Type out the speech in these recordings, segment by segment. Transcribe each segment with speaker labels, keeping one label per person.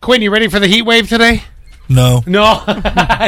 Speaker 1: Quinn, you ready for the heat wave today?
Speaker 2: No.
Speaker 1: No,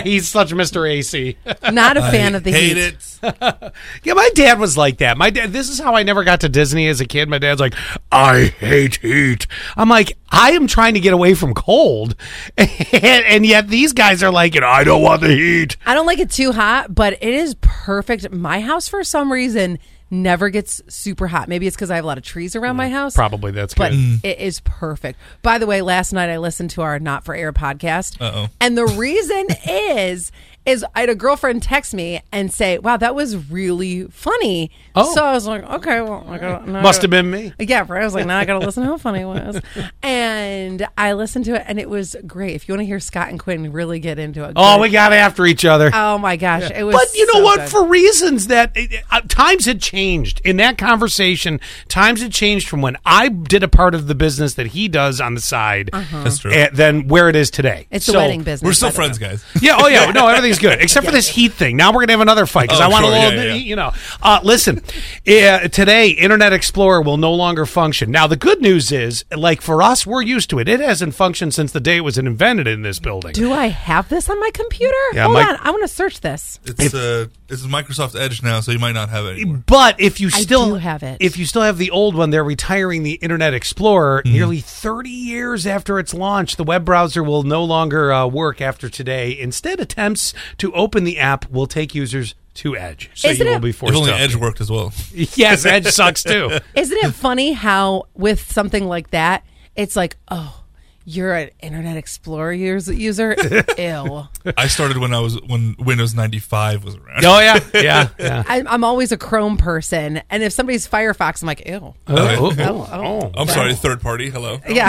Speaker 1: he's such Mr. AC.
Speaker 3: Not a fan
Speaker 2: I
Speaker 3: of the
Speaker 2: hate
Speaker 3: heat.
Speaker 2: it.
Speaker 1: yeah, my dad was like that. My dad. This is how I never got to Disney as a kid. My dad's like, I hate heat. I'm like, I am trying to get away from cold, and, and yet these guys are like, I don't want the heat.
Speaker 3: I don't like it too hot, but it is perfect. My house, for some reason, never gets super hot. Maybe it's because I have a lot of trees around my house.
Speaker 1: Mm, Probably that's
Speaker 3: But
Speaker 1: good.
Speaker 2: Mm.
Speaker 3: it is perfect. By the way, last night I listened to our Not for Air podcast. Uh-oh. And the reason is is I had a girlfriend text me and say, "Wow, that was really funny."
Speaker 1: Oh.
Speaker 3: So I was like, "Okay, well, I gotta, now I
Speaker 1: Must
Speaker 3: gotta-
Speaker 1: have been me.
Speaker 3: yeah, right. I was like, now I gotta listen to how funny it was. And I listened to it and it was great. If you want to hear Scott and Quinn really get into it,
Speaker 1: Oh,
Speaker 3: go-
Speaker 1: we got after each other.
Speaker 3: oh my gosh. It was
Speaker 1: But you know
Speaker 3: so
Speaker 1: what?
Speaker 3: good.
Speaker 1: For reasons that uh, times had changed in that conversation, times had changed from when I did a part of the business that he does on the side,
Speaker 2: That's true.
Speaker 1: and then where it is today.
Speaker 3: Uh-huh. it's the
Speaker 1: So-
Speaker 3: wedding business.
Speaker 2: We're still
Speaker 3: by the way.
Speaker 2: friends, guys.
Speaker 1: Yeah. Oh, yeah. No, everything's good except for this heat thing. Now we're gonna have another fight because
Speaker 2: Oh,
Speaker 1: I want
Speaker 2: sure,
Speaker 1: a little.
Speaker 2: yeah, yeah, yeah.
Speaker 1: You know. Uh, listen, uh, today Internet Explorer will no longer function. Now the good news is, like for us, we're used to it. It hasn't functioned since the day it was invented in this building.
Speaker 3: Do I have this on my computer?
Speaker 1: Yeah,
Speaker 3: Hold
Speaker 1: my-
Speaker 3: on. I want to search this.
Speaker 2: It's uh, this is Microsoft Edge now, so you might not have it anymore.
Speaker 1: But if you still
Speaker 3: do have it.
Speaker 1: if you still have the old one, they're retiring the Internet Explorer. Nearly 30 years after its launch, the web browser will no longer uh, work after today. Instead, attempts to open the app will take users to Edge, so
Speaker 3: Isn't
Speaker 1: you will
Speaker 3: it-
Speaker 1: be
Speaker 2: If
Speaker 1: forced
Speaker 2: only
Speaker 1: to.
Speaker 2: Edge worked as well.
Speaker 1: Yes, Edge sucks too.
Speaker 3: Isn't it funny how with something like that, it's like, oh, you're an Internet Explorer us- user? Ew.
Speaker 2: I started when I was when Windows 95 was around.
Speaker 1: oh yeah, yeah, yeah.
Speaker 3: I'm, I'm always a Chrome person. And if somebody's Firefox, I'm like, ew.
Speaker 1: Oh,
Speaker 3: oh,
Speaker 2: I'm sorry, third party. Hello.
Speaker 3: yeah.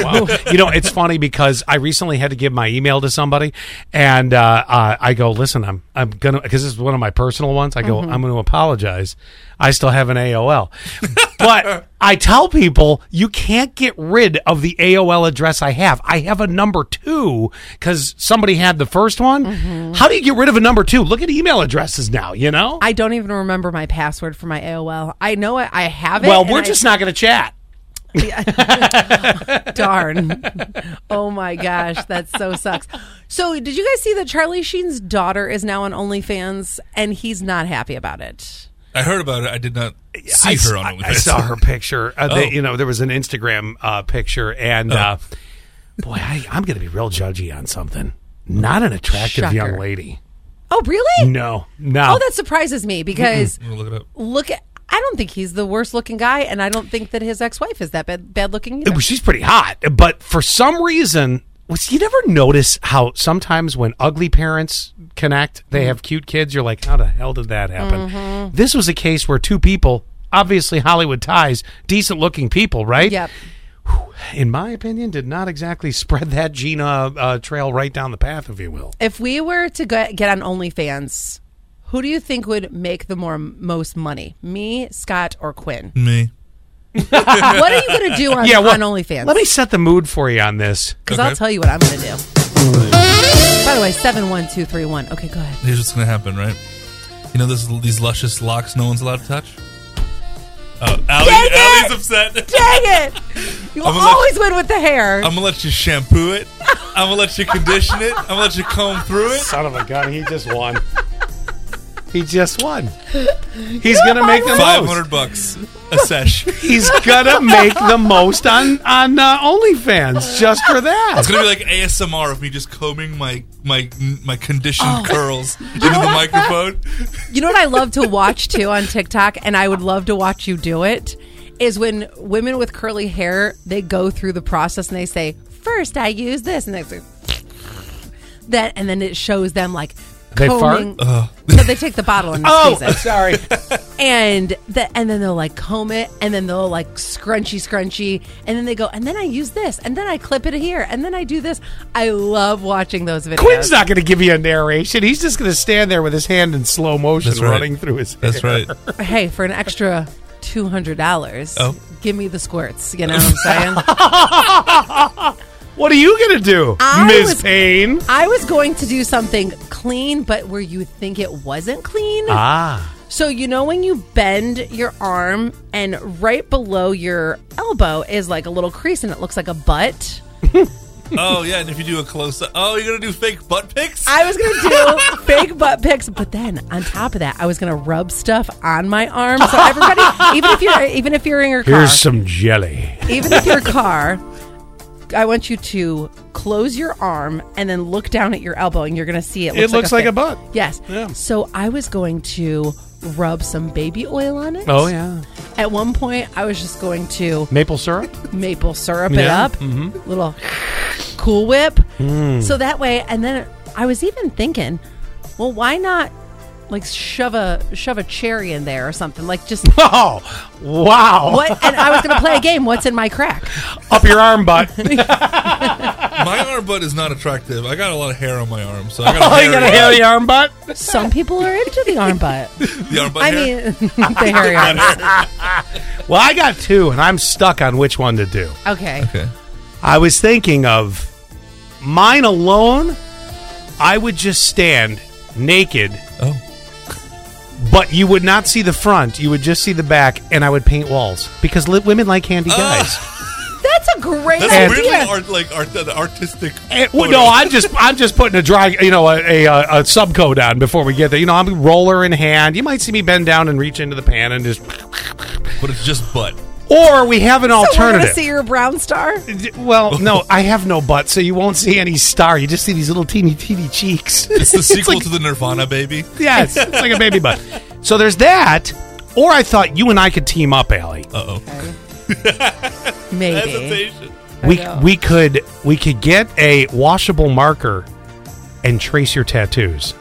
Speaker 1: you know, it's funny because I recently had to give my email to somebody, and uh, uh, I go, "Listen, I'm I'm gonna because this is one of my personal ones. I go,
Speaker 3: Mm-hmm.
Speaker 1: I'm going to apologize. I still have an AOL, but I tell people you can't get rid of the AOL address I have. I have a number two because somebody had the first one. How do you get rid of a number two? Look at email addresses now. You know.
Speaker 3: Mm-hmm. I don't even remember my password for my AOL. I know it. I have it.
Speaker 1: well,
Speaker 3: and
Speaker 1: we're
Speaker 3: I-
Speaker 1: just not going to chat.
Speaker 3: darn. oh my gosh, that so sucks. So, did you guys see that Charlie Sheen's daughter is now on OnlyFans and he's not happy about it?
Speaker 2: I heard about it. I did not see
Speaker 1: I,
Speaker 2: her on
Speaker 1: I-
Speaker 2: OnlyFans.
Speaker 1: I saw her picture. Uh, they-
Speaker 2: Oh.
Speaker 1: you know, there was an Instagram uh, picture, and uh, boy, I, I'm going to be real judgy on something. Not an attractive
Speaker 3: Shocker.
Speaker 1: young lady.
Speaker 3: Oh, really?
Speaker 1: No, no.
Speaker 3: Oh, that surprises me because
Speaker 2: I'm gonna look it up.
Speaker 3: look at. I don't think he's the worst looking guy, and I don't think that his ex wife is that bad, bad looking either.
Speaker 1: she's pretty hot, but for some reason, was you never notice how sometimes when ugly parents connect, they have cute kids. You're like, how the hell did that happen?
Speaker 3: Mm-hmm.
Speaker 1: This was a case where two people, obviously Hollywood ties, decent looking people, right?
Speaker 3: Yep.
Speaker 1: in my opinion, did not exactly spread that Gina uh, trail right down the path, if you will.
Speaker 3: If we were to get, get on OnlyFans, who do you think would make the more most money? Me, Scott, or Quinn?
Speaker 2: Me.
Speaker 3: what are you going to do on, on OnlyFans?
Speaker 1: Let me set the mood for you on this.
Speaker 3: Because I'll
Speaker 2: Okay.
Speaker 3: tell you what I'm going to do. By the way, 71231. Okay, go ahead.
Speaker 2: Here's what's gonna happen, right? You know this, these luscious locks no one's allowed to touch. Oh, Allie,
Speaker 3: Dang it!
Speaker 2: Allie's upset.
Speaker 3: Dang it! You
Speaker 2: I'm gonna
Speaker 3: always win with the hair.
Speaker 2: I'm gonna let you shampoo it. I'm gonna let you condition it. I'm gonna let you comb through it.
Speaker 1: Son of a gun, he just won. he just won. He's gonna make the
Speaker 2: Five
Speaker 1: most.
Speaker 2: hundred bucks a sesh. It's
Speaker 1: He's gonna make the most on on uh, OnlyFans just for that.
Speaker 2: gonna be like ASMR of me just combing my my my conditioned
Speaker 1: Oh.
Speaker 2: curls into the microphone.
Speaker 3: You know what I love to watch too on TikTok, and I would love to watch you do it, is when women with curly hair they go through the process and they say, First I use this, and they say that and then it shows them like
Speaker 1: They fart? Uh.
Speaker 3: combing. No, they take the bottle and
Speaker 1: Oh,
Speaker 3: squeeze it.
Speaker 1: sorry.
Speaker 3: and the, and then they'll like comb it and then they'll like scrunchy scrunchy and then they go and then i use this and then i clip it here and then i do this i love watching those videos
Speaker 1: Quinn's not gonna give you a narration. He's just gonna stand there with his hand in slow motion
Speaker 2: That's right.
Speaker 1: running through his.
Speaker 2: That's right.
Speaker 3: hey for an extra $200
Speaker 2: Oh.
Speaker 3: give me the squirts you know what i'm saying
Speaker 1: What are you gonna do,
Speaker 3: I
Speaker 1: Miss
Speaker 3: was-
Speaker 1: Payne?
Speaker 3: i was going to do something clean but where you think it wasn't clean
Speaker 1: Ah.
Speaker 3: so you know when you bend your arm and right below your elbow is like a little crease and it looks like a butt
Speaker 2: Oh yeah, and if you do a close up, oh, you're gonna do fake butt pics.
Speaker 3: I was gonna do fake butt pics, but then on top of that, I was gonna rub stuff on my arm. So everybody, even if you're even if you're in your car,
Speaker 1: Here's some jelly.
Speaker 3: even if your car, I want you to close your arm and then look down at your elbow, and you're going to see it.
Speaker 1: It looks like a
Speaker 3: fit.
Speaker 1: butt.
Speaker 3: Yes.
Speaker 1: Yeah.
Speaker 3: So I was going to rub some baby oil on it.
Speaker 1: Oh yeah,
Speaker 3: At one point, I was just going to
Speaker 1: maple syrup.
Speaker 3: maple syrup it
Speaker 1: Yeah, mm-hmm. Mm.
Speaker 3: up, little Cool Whip. So that way, and then I was even thinking, well, why not? Like shove a shove a cherry in there or something like just
Speaker 1: Oh wow!
Speaker 3: what and I was gonna play a game. What's in my crack?
Speaker 1: Up your arm, butt.
Speaker 2: My arm butt is not attractive. I got a lot of hair on my arm, so I got
Speaker 1: Ah. oh,
Speaker 2: a
Speaker 1: you got a
Speaker 2: hair.
Speaker 1: hairy arm, butt.
Speaker 3: Some people are into the arm butt.
Speaker 2: The arm butt
Speaker 3: I
Speaker 2: hair.
Speaker 3: mean, the hairy arm.
Speaker 1: Well, I got two, and I'm stuck on which one to do.
Speaker 3: Okay.
Speaker 2: Okay.
Speaker 1: I was thinking of mine alone. I would just stand naked,
Speaker 2: Oh.
Speaker 1: but you would not see the front. You would just see the back, and I would paint walls because li- women like handy guys.
Speaker 3: That's a great
Speaker 2: That's
Speaker 1: And-
Speaker 2: weirdly
Speaker 3: idea.
Speaker 2: art, like art, the artistic.
Speaker 1: Eh, well,
Speaker 2: photo.
Speaker 1: no, I'm just I'm just putting a dry, you know, a, a, uh, a subcoat on before we get there. You know, I'm roller in hand. You might see me bend down and reach into the pan and just,
Speaker 2: but it's just butt.
Speaker 1: or we have an
Speaker 3: So we're gonna
Speaker 1: alternative.
Speaker 3: see your brown star.
Speaker 1: D- Well, no, I have no butt, so you won't see any star. You just see these little teeny teeny cheeks.
Speaker 2: It's the sequel
Speaker 1: like-
Speaker 2: to the Nirvana baby.
Speaker 1: yeah, it's, it's like a baby butt. So there's that. Or I thought you and I could team up, Allie.
Speaker 2: Uh oh.
Speaker 3: Maybe.
Speaker 2: Hesitation.
Speaker 1: we
Speaker 3: know.
Speaker 1: we could we could get a washable marker and trace your tattoos.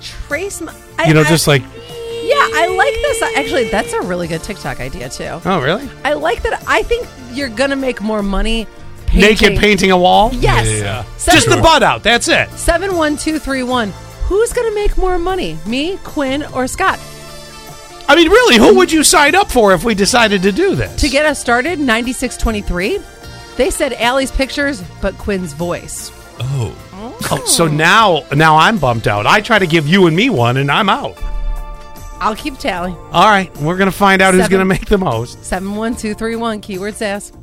Speaker 3: Trace. My,
Speaker 1: You know, just like
Speaker 3: Yeah, I like this. Actually, that's a really good TikTok idea too.
Speaker 1: oh, really?
Speaker 3: I like that. I think you're gonna make more money. Painting.
Speaker 1: Naked painting a wall.
Speaker 3: Yes.
Speaker 2: Yeah, yeah, yeah.
Speaker 3: Seven,
Speaker 1: Just the butt out. That's it.
Speaker 3: Seven one two three one. Who's gonna make more money? Me, Quinn, or Scott?
Speaker 1: I mean, really, who would you sign up for if we decided to do this?
Speaker 3: To get us started, ninety six twenty three. They said Allie's pictures, but Quinn's voice.
Speaker 2: Oh.
Speaker 1: oh, so now now I'm bumped out. I try to give you and me one, and I'm out.
Speaker 3: I'll keep tally.
Speaker 1: All right, we're gonna find out who's
Speaker 3: Seven.
Speaker 1: gonna make the most.
Speaker 3: Seven one two three one. Keywords ass.